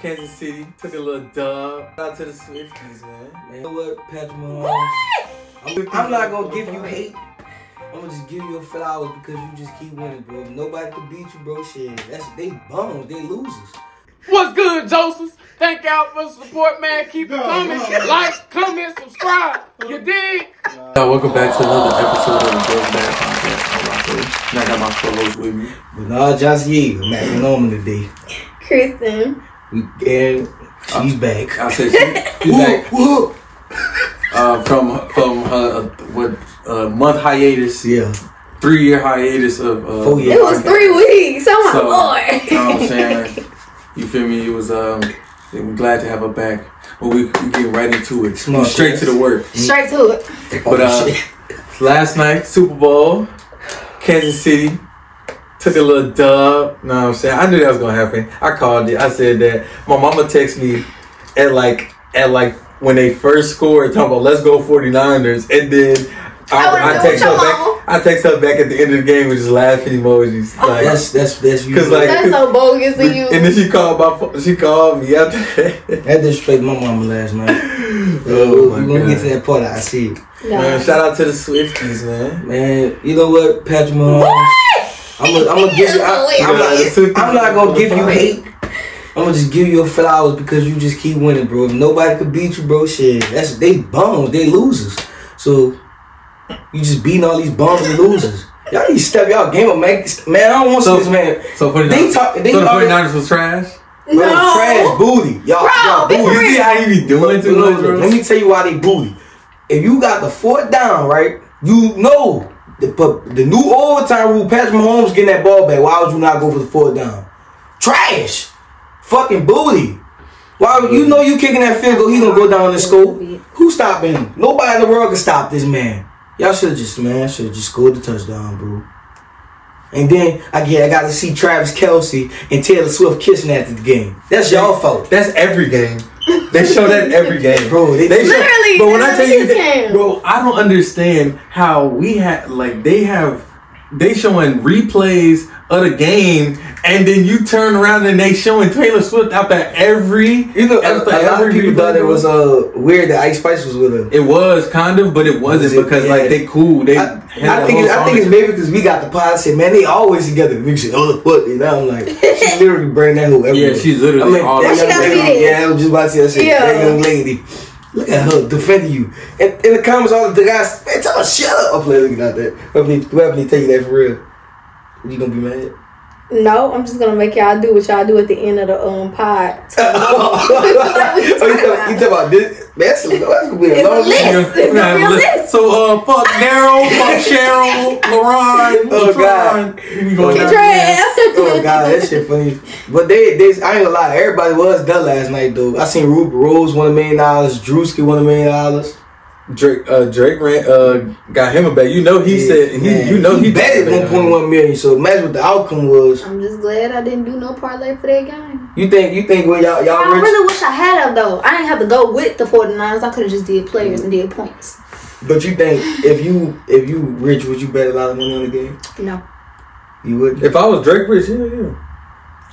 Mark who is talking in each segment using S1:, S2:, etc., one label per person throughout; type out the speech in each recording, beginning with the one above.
S1: Kansas City. Took a little dub. Out to the Swifties, man.
S2: Man, you know what, Patrick Mahomes? I'm, I'm not gonna give you hate. I'm gonna just give you your flowers because you just keep winning, bro. Nobody can beat you, bro. Shit, that's they bums, they losers.
S3: What's good, Joseph? Thank y'all for the support, man. Keep it coming. Like, comment, subscribe. You dig?
S1: Now, welcome back to another episode of the Big Bad Podcast. I'm Rocco. And I got my fellows with me.
S2: Bernard Josier, I'm acting on today.
S4: Kristen.
S2: We and she's back.
S1: I said she, she's
S2: Woo,
S1: back
S2: woo.
S1: uh, from from her uh, what uh, month hiatus,
S2: Yeah,
S1: three year hiatus of uh,
S2: Four years.
S4: It was
S1: podcast.
S4: three weeks. Oh my
S1: So,
S4: lord.
S1: You know
S2: um,
S1: what I'm saying? You feel me? It was um. We're glad to have her back, but we, we get right into it.
S2: Smart
S1: Straight
S2: ass.
S1: to the work.
S4: Straight to it.
S1: But uh, last night, Super Bowl, Kansas City took a little dub. Know what I'm saying? I knew that was gonna happen. I called it. I said that. My mama texted me at like at like when they first scored, talking about let's go 49ers, and then.
S4: I would've
S1: I, I
S4: been
S1: text
S4: with
S1: her
S4: your
S1: back.
S4: mama.
S1: I text her back at the end of the game with just laughing emojis. Like,
S2: that's that's that's you.
S1: 'Cause, like,
S4: That's so bogus of you.
S1: and then she called my. pho- She called me after that.
S2: that disrespect my mama last night.
S1: Oh
S2: Uh, we
S1: my
S2: gonna get to
S1: god!
S2: that part. I see it,
S1: Man,
S4: no.
S1: shout out to the Swifties, man.
S2: man. You know what, Patrick Mahomes? I'm gonna, I'm gonna give you. I, I'm,
S1: That's
S2: not,
S1: hilarious.
S2: I'm not gonna give you hate. I'm gonna just give you your flowers because you just keep winning, bro. Nobody could beat you, bro. Shit, that's they bums, they losers. So you just beating all these bums and losers. Y'all need to step y'all game up, man. Man, I don't want to
S1: So-
S2: see this man.
S1: So 49ers,
S2: They talk- they
S1: so the
S2: already-
S1: 49ers was trash.
S2: Bro,
S4: No.
S2: trash booty, y'all.
S4: Bro,
S2: y'all
S4: be
S2: booty.
S4: for
S1: You see how you be doing
S2: Look, look,
S1: to
S2: look, let me tell you why they booty. If you got the fourth down, right, you know the but the new overtime rule, Patrick Mahomes getting that ball back. Why would you not go for the fourth down? Trash. Fucking booty. Why would- you know you kicking that field goal, he gonna go down and score. Who stopping him? Nobody in the world can stop this man. Y'all should just man, should just scored the touchdown, bro. And then I get I got to see Travis Kelsey and Taylor Swift kissing after the game. That's y'all fault.
S1: That's every game. They show that every game,
S2: Bro, they-
S1: show,
S4: Literally,
S1: but when I
S4: that's
S1: tell you,
S4: his
S1: that,
S4: game.
S1: bro, I don't understand how we had like they have they showing replays of the game, and then you turn around and they showing Taylor Swift after every.
S2: You know, a,
S1: after
S2: a lot of
S1: every
S2: people thought
S1: replay.
S2: it was uh, weird that Ice Spice was with her.
S1: It was kind of, but it wasn't
S2: Was it?
S1: because
S2: Yeah.
S1: like they cool. They
S2: I, I think it, I think it's maybe because we got the pod said, man, they always together. We said, oh, what? And now I'm like, she literally bring that whoever.
S1: Yeah, she's literally all
S2: that
S1: Why
S4: she
S2: young
S4: gotta be
S2: lady-
S4: there?
S2: Yeah, I was just about to say that shit. That
S4: Yeah.
S2: young lady. Look at her defending you. And in the comments, all the guys, man, tell her shut up. I'm playing, looking out there. Whoever need, whoever need to take you that for real. You gonna be mad?
S4: No, I'm just gonna make y'all do what y'all do at the end of the um pod.
S2: oh, you talking about, you talking about this? That's, that's gonna be a
S4: It's
S2: long
S4: lit.
S2: video.
S4: It's the
S1: Yeah,
S4: real
S1: li-
S4: list.
S1: So uh, fuck Daryl, fuck Cheryl, LaRon,
S2: Oh, God.
S1: Latron. You going
S2: Get
S1: down there.
S4: Get your
S2: yeah.
S4: ass.
S2: Oh god, that shit funny. But they, they, I ain't gonna lie. Everybody was done last night though. I seen Rube Rose won a million dollars, Drewski won a million dollars.
S1: Drake uh Drake ran uh got him a bet. You know he
S2: Yeah,
S1: said he
S2: man.
S1: you know he,
S2: betted one point one million. So imagine what the outcome was.
S4: I'm just glad I didn't do no parlay for that game.
S2: You think you think well y'all
S4: I
S2: y'all Oh, rich,
S4: really wish I had it though. I didn't have to go with the 49ers. I could have just did players and did points.
S2: but you think if you if you rich would you bet a lot of money on the game?
S4: No.
S2: You would.
S1: If I was Drake Rich, yeah, yeah.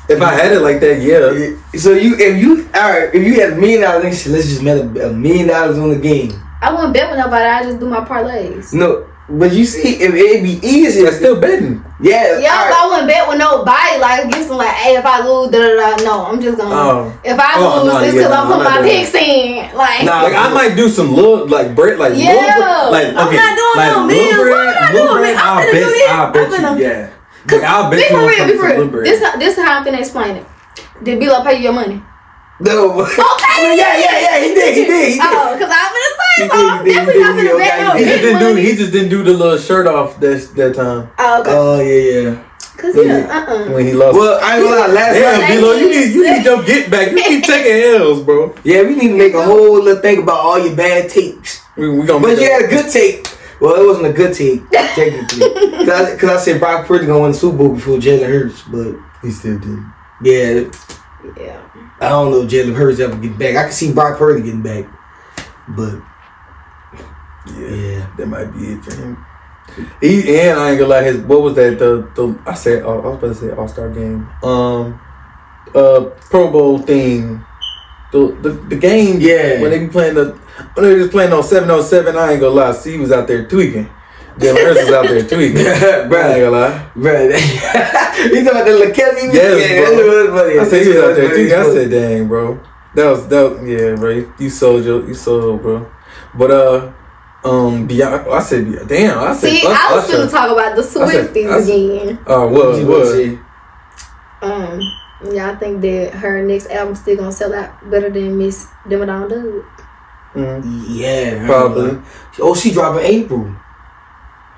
S1: If I had it like that, yeah.
S2: So you if you all right if you had a million dollars let's just bet a, a million dollars on the game.
S4: I wouldn't bet with nobody. I just do my parlays.
S2: No, but you see if it'd be easy.
S1: That's still betting.
S2: Yeah.
S4: Yeah,
S2: all
S4: but I wouldn't bet with nobody. Like, against them, like, hey, if I lose, da da da. No, I'm just gonna.
S1: Oh.
S4: If I
S1: Oh,
S4: lose,
S1: no, yeah,
S4: it's because
S1: no, I'm
S4: I'm putting
S1: not
S4: my
S1: doing
S4: picks in. Like,
S2: Nah,
S1: Like I might do some little like bread like
S4: Yeah,
S1: little, like
S4: I'm not doing no meals. Why would I do a
S1: little bread,
S4: meal? I'm
S1: I'll
S4: finna do
S1: bet
S4: this.
S1: I'll
S4: I'm
S1: bet
S4: finna-
S1: you yeah.
S4: Cause
S1: Like, I'll bet
S4: be
S1: you
S4: for
S1: on
S4: real, be
S1: some
S4: for
S1: little
S4: real.
S1: bread.
S4: This how, this how I'm finna explain it. Did B-Lo pay you your money?
S2: No. I mean, Oh, yeah, yeah, yeah. He did. He did. He did.
S4: Oh, cause I'm finna say
S2: You
S4: so. I'm
S2: did, you did,
S4: definitely
S2: you
S4: not
S2: did,
S4: finna
S2: you
S4: bet
S2: did.
S4: no
S1: He just didn't do
S4: big money.
S1: he just didn't do the little shirt off that that time
S4: Oh, okay.
S2: Oh yeah, yeah.
S4: Cause yeah, uh-uh.
S1: when he lost.
S2: Well, I ain't gonna lie. Last
S1: Damn,
S2: night,
S4: Thank
S1: D-Lo, you
S4: you.
S1: need you need your get back. You keep taking L's, bro.
S2: yeah, we need to make a whole little thing about all your bad takes.
S1: We, we gonna
S2: But
S1: make
S2: you
S1: that-
S2: had a good take. Well, it wasn't a good take technically, because I, 'cause I said Brock Purdy gonna win the Super Bowl before Jalen Hurts. But
S1: He still did.
S2: yeah,
S4: Yeah.
S2: I don't know if Jalen Hurts ever get back. I can see Brock Purdy getting back, but yeah.
S1: That might be it for him. He and I ain't gonna lie, his what was that the the I said uh, I was about to say All Star game. Um, uh, Pro Bowl thing. The, the, the game
S2: Yeah.
S1: when they be playing the when they was playing on seven oh seven I ain't gonna lie C was out there tweaking, Jalen Hurts was out there tweaking.
S2: Bruh.
S1: I ain't gonna lie.
S2: Bro, he talking about the Lekevi.
S1: Yes,
S2: yeah,
S1: bro.
S2: that was funny.
S1: I said he was out there
S2: That
S1: tweaking. I
S2: funny.
S1: said, dang, bro, that was dope. Yeah, bro, you sold your you sold, bro. But uh, um, beyond I said, Beyonce- damn, I said,
S4: See,
S1: fuck
S4: I was
S1: Usher.
S4: gonna talk about the
S1: said- I said-
S4: Swifties again.
S1: Oh,
S2: What
S1: what
S2: you
S1: what?
S2: gonna say?
S4: Um, yeah, I think that her next album still gonna sell out better than Miss Demodon Dude.
S1: Mm.
S2: Yeah, her-
S1: Probably.
S2: Oh, she dropping April.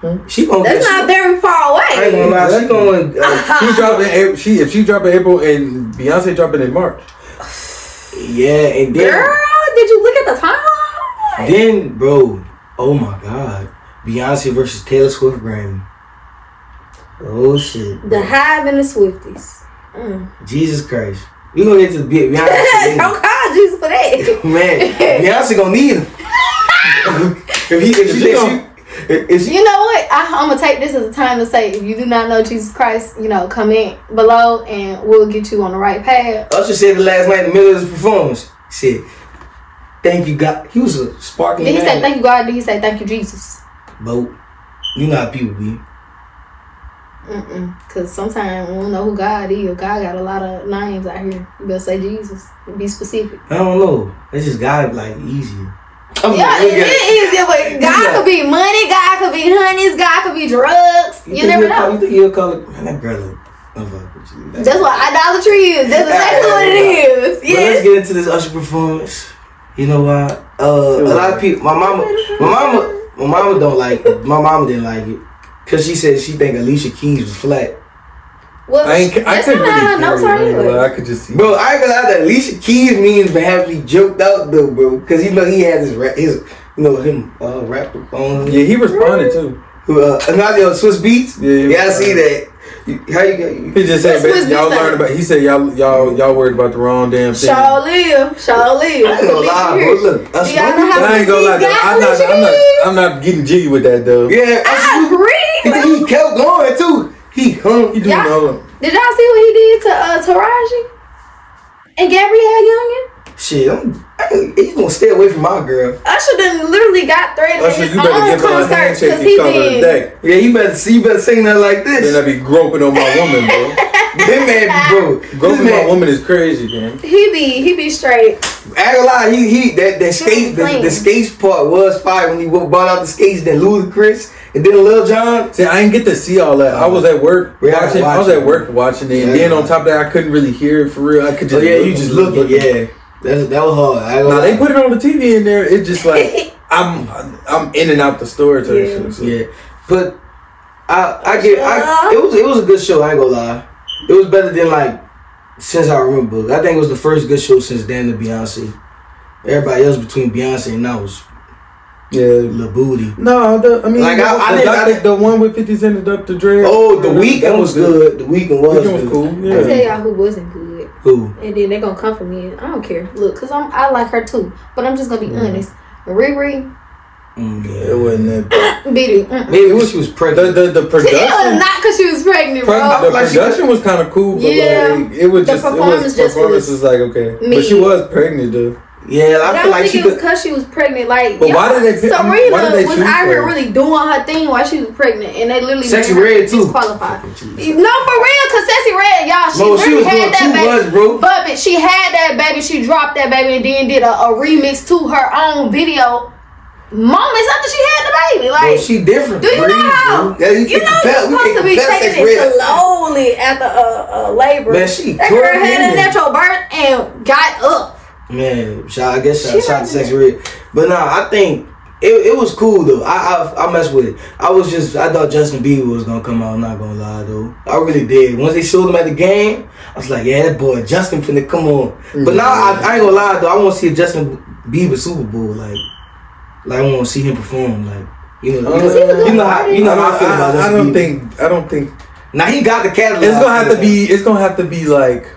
S1: Hmm.
S2: She gonna.
S4: That's
S2: she,
S4: not very far
S2: I ain't gonna
S4: away.
S2: lie. She going. Uh,
S1: She dropping April, she if she dropping April and Beyonce dropping in March.
S2: yeah, and then.
S4: Girl, did you look at the time?
S2: Then, bro, oh my god, Beyonce versus Taylor Swift Grammy. Oh shit,
S4: The Hive and the Swifties. Mm.
S2: Jesus Christ, we gonna get to Be- Beyonce.
S4: Don't call Jesus for that.
S2: Man, Beyonce gonna need him. if he, if she,
S1: She
S2: thinks
S1: gonna-
S2: she, if- if she,
S4: You know what? I, I'm gonna take this as a time to say, if you do not know Jesus Christ, you know, comment below and we'll get you on the right path.
S2: Usher said it last night in the middle of his performance. He said, "Thank you, God." He was a sparkling.
S4: Did he say
S2: man.
S4: thank you God? Did he say thank you Jesus?
S2: Bro, you know how people be.
S4: Mm-mm. Cause sometimes we don't know who God is. God got a lot of names out here. You better say Jesus. Be specific.
S2: I don't know. It's just God like easier. I'm
S4: Yeah,
S2: like,
S4: it, it is. Yeah, but God
S2: Yeah.
S4: could be money. God could be honeys. God could be drugs. You,
S2: think
S4: never
S2: he'll call-
S4: know.
S2: you think he'll call it? Man, that girl look. I'm fucking with you.
S4: That's what idolatry is. That's exactly what it is.
S2: But let's
S4: Yes.
S2: get into this Usher performance. You know why? Uh, a lot of people. My mama, my mama, my mama don't like. It. My mama didn't like it because she said she think Alicia Keys was flat.
S4: Well,
S1: I ain't, I
S4: that's
S1: couldn't
S4: not
S1: really
S4: how
S1: hear
S4: her notes are
S1: it,
S4: anyway.
S1: but I could just see.
S2: Bro, I ain't gonna lie. That Alicia Keys means been having me joked out though, bro. Because you know he had his rap, his you know him uh, rap on.
S1: Yeah, he responded too.
S2: Uh, and now they on Swiss Beats.
S1: Yeah, yeah.
S2: I see that. You- How you got? You,
S1: He just said
S4: That's what
S1: basically, y'all
S4: he said.
S1: learned about. He said y'all y'all y'all worried about the wrong damn thing.
S4: Shaw live, Shaw live.
S2: I ain't gonna lie, bro. Look,
S4: Do y'all know
S1: But
S4: how-
S1: I ain't gonna lie, though. I'm not I'm not I'm not getting jiggy with that though.
S2: yeah,
S4: I
S2: Usher,
S4: agree. but-
S2: he, he kept going too. He hung.
S1: He doing
S4: Yeah.
S1: all of
S4: Did y'all see what he did to uh, Taraji and Gabrielle Union?
S2: Shit, I'm, I, ain't- he gonna stay away from my girl.
S4: Usher done literally got threatened
S1: Usher,
S4: in his
S1: you better
S4: own
S1: give her a
S4: concert
S1: handshake
S4: because
S1: and
S4: he
S1: cover the
S4: been.
S1: deck.
S2: Yeah, you better see, you better sing that like
S1: Then I
S2: this.
S1: be groping on my woman, bro.
S2: That man, bro, this
S1: Groping my
S2: man,
S1: woman is crazy, man.
S4: He be he be straight.
S2: I ain't gonna lie, he, he that, that skate, the, the
S4: clean.
S2: skates part was fire when he wa- brought out the skates, then Ludacris, and then Lil John.
S1: See, I didn't get to see all that. I was at work
S2: Yeah,
S1: watching. I was
S2: watching.
S1: at work watching it,
S2: Yeah.
S1: and then on top of that, I couldn't really hear it for real. I could
S2: Oh
S1: just
S2: yeah, you just looking, yeah. That, that was hard. I ain't gonna
S1: Now they
S2: lie.
S1: put it on the TV in there. It's just like I'm I'm in and out the store type
S4: Yeah.
S1: shit. So.
S2: Yeah, but I I get I, it was it was a good show. I ain't gonna lie, it was better than like since I remember. I think it was the first good show since then to Beyonce. Everybody else between Beyonce and now was
S1: yeah.
S2: Lil Booty.
S1: No, the, I mean,
S2: Like,
S1: the,
S2: I- I
S1: the,
S2: didn't-
S1: doc-
S2: I didn't-
S1: the one with Fifty Cent and Dr. Dre.
S2: Oh, the weekend was good. The weekend was,
S1: Weeknd was
S2: good.
S1: cool,
S4: I
S1: yeah.
S4: tell y'all who wasn't good,
S2: Who?
S4: and then they gonna come for me. And I don't care. Look, cause I'm I like her too, but I'm just gonna be honest. Riri,
S2: Mm,
S1: It wasn't that. bad.
S4: Biddy, mm.
S2: Maybe when she was
S1: The
S2: pregnant.
S1: the, the
S4: it was
S1: production.
S4: not cause she was pregnant,
S1: pro-
S4: bro.
S1: the
S2: Like she-
S1: production was kind of cool, but
S4: Yeah.
S1: like it was
S4: The
S1: just it
S4: performance
S1: was
S4: just
S1: performance
S4: was
S1: was like okay,
S4: me.
S1: but she was pregnant though.
S2: yeah,
S4: I
S2: I
S4: don't
S2: feel like she
S4: think it was
S2: could.
S4: because she was pregnant. Like,
S1: But why
S4: y'all-
S1: did they pick-
S4: Serena
S1: why did they
S4: was
S1: choose
S4: out here
S1: her?
S4: really doing her thing while she was pregnant, and they literally
S2: Sexy
S4: made her
S2: Red, too.
S4: disqualified.
S2: Fucking Jesus.
S4: No, for real, cause Sexy Red, y'all,
S2: Bro,
S4: she
S2: she
S4: really
S2: was doing
S4: had that
S2: too
S4: baby.
S2: much, bro.
S4: But but she had that baby. She dropped that baby and then did a, a remix to her own video moments after she had the baby. Like.
S2: Bro, Oh, she different.
S4: do you
S2: breed,
S4: know how?
S2: bro. Yeah,
S4: you
S2: can
S4: know you're
S2: compare- we can
S4: supposed to be
S2: compare sex
S4: taking
S2: red.
S4: it slowly after a, a uh, labor.
S2: Man, she
S4: that girl
S2: tore
S4: had
S2: me.
S4: a natural birth and got up.
S2: Man, shout, I guess shout,
S4: She
S2: shout out
S4: not
S2: to Sex Red. But nah, I think it, it was cool though. I, I I messed with it. I was just I thought Justin Bieber was gonna come out. I'm not gonna lie though. I really did. Once they showed him at the game, I was like, yeah, that boy Justin finna come on. But now I, I ain't gonna lie though. I want to see a Justin Bieber Super Bowl. Like, like I want to see him perform. Like, you know,
S1: Because he's a good
S2: you know how you know how I feel about
S1: Uh, I,
S2: Justin
S1: I don't
S2: Bieber.
S1: think I don't think
S2: now he got the catalog.
S1: It's gonna have to
S2: Yeah.
S1: be. It's gonna have to be like.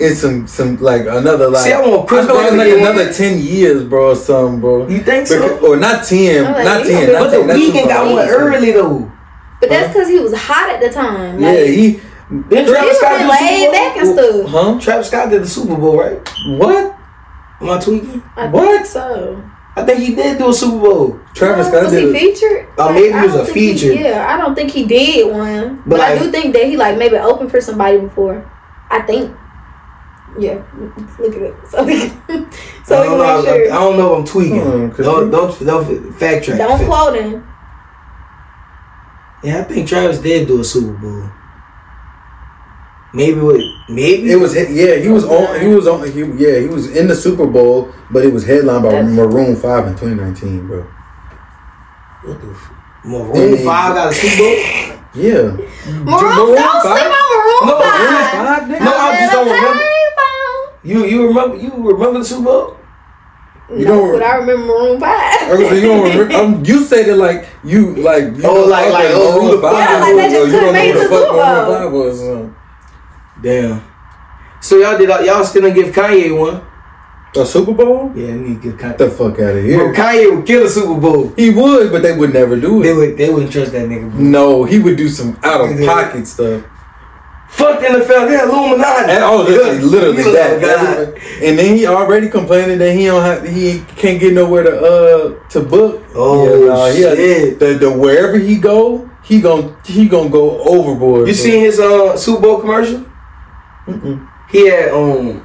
S1: It's some some like another like.
S2: See, I want Chris
S1: I feel like
S2: Brown
S1: like
S2: to get
S1: another
S2: one.
S1: ten years, bro, or something, bro.
S2: You think so?
S1: Because- Or not ten,
S4: I'm like,
S1: not
S4: you
S1: ten.
S4: gonna
S1: not
S2: But the
S1: 10, not too
S2: weekend
S1: far.
S2: got one early though.
S4: But that's because he was hot at the time.
S1: Yeah,
S4: Like,
S1: he.
S2: Then
S4: He
S2: Travis
S4: was
S2: Scott did
S4: been
S2: the Super
S4: laid
S2: Bowl.
S4: back and stuff.
S1: Huh?
S2: Travis Scott did the Super Bowl, right?
S1: What?
S2: Am I tweaking?
S4: I
S1: What?
S4: Think so
S2: I think he did do a Super Bowl.
S1: Travis Scott
S4: was
S1: did
S4: he
S1: it.
S4: featured?
S2: Oh, maybe he
S4: I
S2: was
S4: don't
S2: a
S4: think he-
S2: feature.
S4: yeah, I don't think he did one, but,
S2: But
S4: I
S2: like-
S4: do think that he like maybe opened for somebody before. I think. Yeah, look at it. So, we- so
S2: I
S4: we
S2: don't, know,
S4: can
S2: I,
S4: make sure.
S2: I don't know if I'm tweaking.
S1: Hmm, 'cause
S2: don't,
S1: he-
S2: don't don't fact check.
S4: Don't quote him.
S2: Yeah, I think Travis did do a Super Bowl. Maybe with maybe
S5: It was yeah, he was on he was on he, yeah, he was in the Super Bowl, but it was headlined by
S4: That's-
S5: Maroon 5 in 2019, bro.
S2: what the f- Maroon
S5: Hey.
S2: Five got a Super Bowl.
S5: Yeah.
S4: Maroon, don't
S1: five?
S4: sleep on Maroon
S2: No, Maroon
S4: Five.
S1: Five, nigga?
S2: No, I just don't remember.
S4: remember.
S2: You you remember you remember the Super Bowl?
S4: You
S5: You
S4: no,
S5: don't-
S4: but I remember Maroon Five.
S1: Okay, so you don't remember? Um, you said it like you like you
S2: Oh,
S1: know,
S2: like-
S1: okay,
S2: like, oh,
S1: Maroon
S2: who the
S1: five
S4: fuck- Yeah, like, they
S1: was,
S4: just
S1: or you don't
S4: couldn't
S1: know
S4: make
S1: who the
S4: the
S1: fuck
S4: Super
S1: Maroon
S4: Bowl.
S1: Five was. um,
S2: Damn. So y'all did y'all still didn't give Kanye one?
S5: A Super Bowl?
S2: Yeah, I need to give Kanye.
S5: Get the fuck out of
S2: Bro,
S5: here.
S2: Kanye would kill a Super Bowl.
S5: He would, but they would never do
S2: They
S5: it.
S2: would they wouldn't trust that nigga. Bro.
S5: No, he would do some out of pocket stuff.
S2: Fuck the NFL, they're Illuminati.
S5: And, oh, literally, literally
S2: Look,
S5: that.
S2: God.
S5: And then he already complaining that he don't have, he can't get nowhere to uh to book.
S2: Oh,
S5: he had-
S2: shit.
S5: the, the wherever he go, he gon' he gonna go overboard.
S2: You
S5: bro.
S2: seen his uh, Super Bowl commercial? He had um,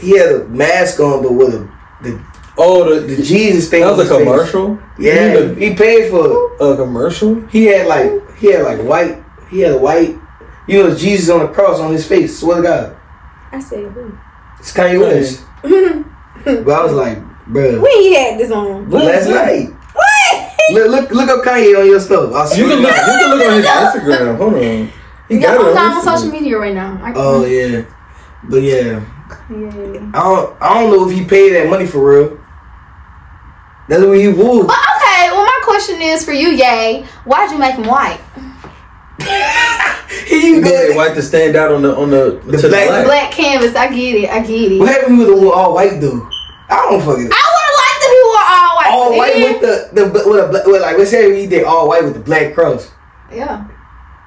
S2: he had a mask on, but with a, the
S5: Oh, the,
S2: the Jesus thing.
S5: that
S2: on
S5: was a
S2: his face.
S5: commercial.
S2: Yeah, he paid for
S5: a commercial.
S2: it. He had like he had like white. He had a white. You know, Jesus on the cross on his face. Swear to God,
S4: I said, who?
S2: it's Kanye West. but I was like, bruh,
S4: when he had this on.
S2: last night. Look, look, look up Kanye on your stuff. I
S5: You
S2: swear
S5: can
S2: to
S5: look.
S2: God.
S5: You can look on his Instagram. Hold on. He
S4: Yeah, I'm
S5: it
S4: not on
S5: Instagram.
S4: social media right now. I
S2: Oh yeah, but yeah.
S4: yeah.
S2: I don't, I don't know if he paid that money for real. That's what he would.
S4: Well, okay. Well, my question is for you, Yay. Why'd you make him white?
S2: He
S5: He
S2: good.
S5: made it white to stand out on the on the,
S2: The
S5: to
S2: black-
S5: the black.
S4: Black canvas. I get it. I get it.
S2: What happened with the all white dude? I don't fucking.
S4: I would have liked if he wore all white.
S2: All white
S4: Yeah.
S2: with the the with, a, black- with like let's say he did all white with the black cross.
S4: Yeah.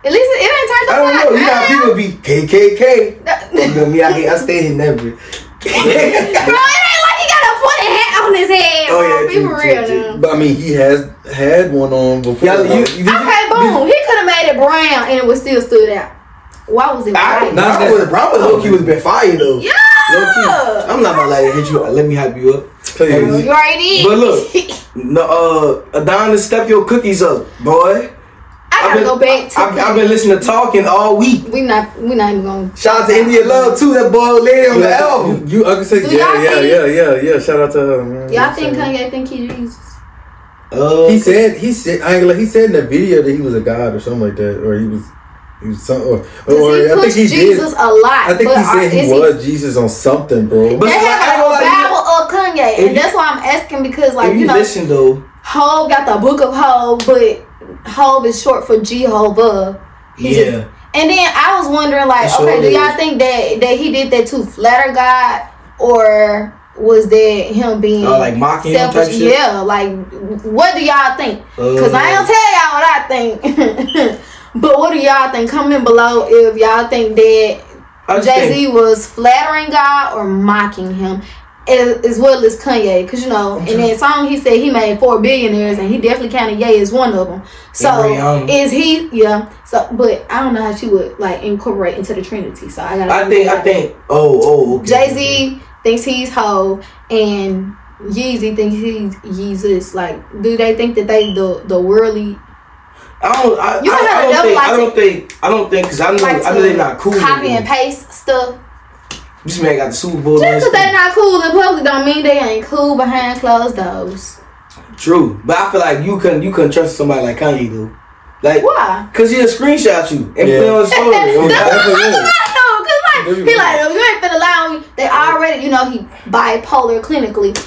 S4: At least it ain't turned
S2: I
S4: out.
S2: don't know. You got people be KKK.
S4: Bro,
S2: You know me, I hate, I stay in never.
S4: it ain't like he got a pointed hat on his head.
S2: Oh, yeah,
S4: bro. Be
S2: true,
S4: for
S2: true,
S4: real
S2: true.
S4: now.
S5: But I mean, he has had one on before.
S2: Y'all, you, you,
S4: Okay, boom. He could have made it brown and it would still stood out. Why was it
S2: I,
S4: white?
S5: Nah,
S2: I would probably low key was been fired though.
S4: yeah.
S2: Low key. I'm not gonna lie to hit you. Let me hype you up.
S5: Please.
S4: You already did.
S2: But look. No, uh, Adonis, step your cookies up, boy.
S4: I gotta
S2: I've been-
S4: go back to.
S2: I've, I've been listening to talking all week.
S4: we not. We not even going.
S2: Shout out to India Love too, that boy lady on the
S5: You,
S2: album.
S5: you, I can say,
S4: Do
S5: yeah,
S4: y'all
S5: yeah,
S4: think-
S5: yeah, yeah, yeah. Shout out to her. Man.
S4: Y'all think Kanye think he Jesus?
S2: Uh,
S5: He said, he said, I ain't like, he said in the video that he was a god or something like that, or he was, he was some, or, or
S4: Because he
S5: I think
S4: puts
S5: he
S4: Jesus
S5: did.
S4: a lot.
S5: I think
S4: but
S5: he
S4: are-
S5: said
S4: is
S5: he was Jesus on something, bro.
S2: But
S4: they
S2: it's like, I
S4: have
S2: ain't gonna
S4: a
S2: lie, you-
S4: Bible of Kanye,
S2: if
S4: and
S2: you-
S4: that's why I'm asking because, like,
S2: if
S4: you,
S2: you
S4: know,
S2: listen though,
S4: Hove got the book of Hove, but Hove is short for Jehovah. He
S2: yeah,
S4: just- and then I was wondering, like,
S2: That's
S4: okay,
S2: what
S4: do
S2: it
S4: y'all
S2: is.
S4: think that that he did that to flatter God, or was that him being
S2: Oh, like mocking him type shit?
S4: Yeah, like, what do y'all think? Because I
S2: Uh.
S4: ain't tell y'all what I think. but what do y'all think? Comment below if y'all think that
S2: uh, I just
S4: Jay
S2: think-
S4: Z was flattering God or mocking him, as, as well as Kanye, because you know, in that song he said he made four billionaires, and he definitely counted Ye as one of them.
S2: And
S4: So
S2: Rihanna.
S4: is he? Yeah. So, but I don't know how she would like incorporate into the Trinity. So I gotta.
S2: I think, I think. Oh, oh, okay.
S4: Jay Z thinks he's hoe, and Yeezy thinks he's Jesus. Like, do they think that they the the worldly
S2: I don't. I,
S4: You
S2: I,
S4: don't have
S2: I, don't
S4: a double
S2: think, I
S4: license.
S2: don't think. I don't think because Oh, I know.
S4: like
S2: I know they're not cool.
S4: copy and
S2: anymore.
S4: paste stuff?
S2: This man got the Super Bowl.
S4: Just
S2: last
S4: because they're
S2: year.
S4: not cool in public don't mean they ain't cool behind closed doors.
S2: True, but I feel like you couldn't. You couldn't trust somebody like Kanye though. Like,
S4: Why?
S2: cause he'll screenshot you and put it on his story.
S4: That's what
S2: Or-
S4: I
S5: definitely
S4: was
S5: is.
S4: like, no, cause like
S5: Definitely
S4: he like "Oh, you ain't finna lie on me. They already, you know, he bipolar clinically.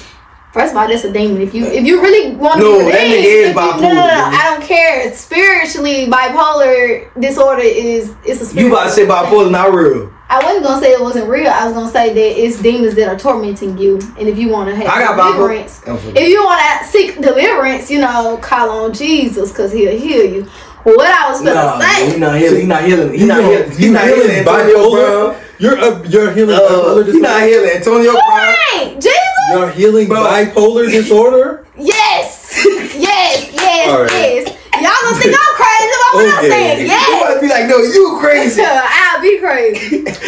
S4: First of all, that's a demon. If you if you really want to
S2: No,
S4: be a
S2: that
S4: demon,
S2: nigga is
S4: if you- no, no, no,
S2: bipolar,
S4: I don't care. Spiritually, bipolar disorder is it's a
S2: You
S4: spiritual
S2: about to say
S4: thing.
S2: bipolar not real?
S4: I wasn't gonna say it wasn't real. I was gonna say that it's demons that are tormenting you, and if you want to have
S2: I got
S4: deliverance,
S2: bipolar.
S4: if you want to seek deliverance, you know, call on Jesus because he'll heal you. what I was gonna
S2: Nah,
S4: say.
S2: he not healing. He not healing. He not
S5: You
S2: healing. He not
S5: healing
S2: healing.
S5: Antonio
S2: Antonio
S5: Brown.
S2: Brown.
S5: You're a, you're healing
S2: Uh,
S5: bipolar
S2: he
S5: disorder.
S2: not healing. Antonio Brown.
S4: Right, Jesus.
S5: you're healing
S2: Bro.
S5: bipolar disorder.
S4: Yes, yes, yes,
S5: All right.
S4: yes. Y'all gonna think I'm crazy? But I'm
S5: Okay.
S4: saying
S2: You
S4: yes.
S2: might be like, no, you crazy.
S4: I'll be crazy.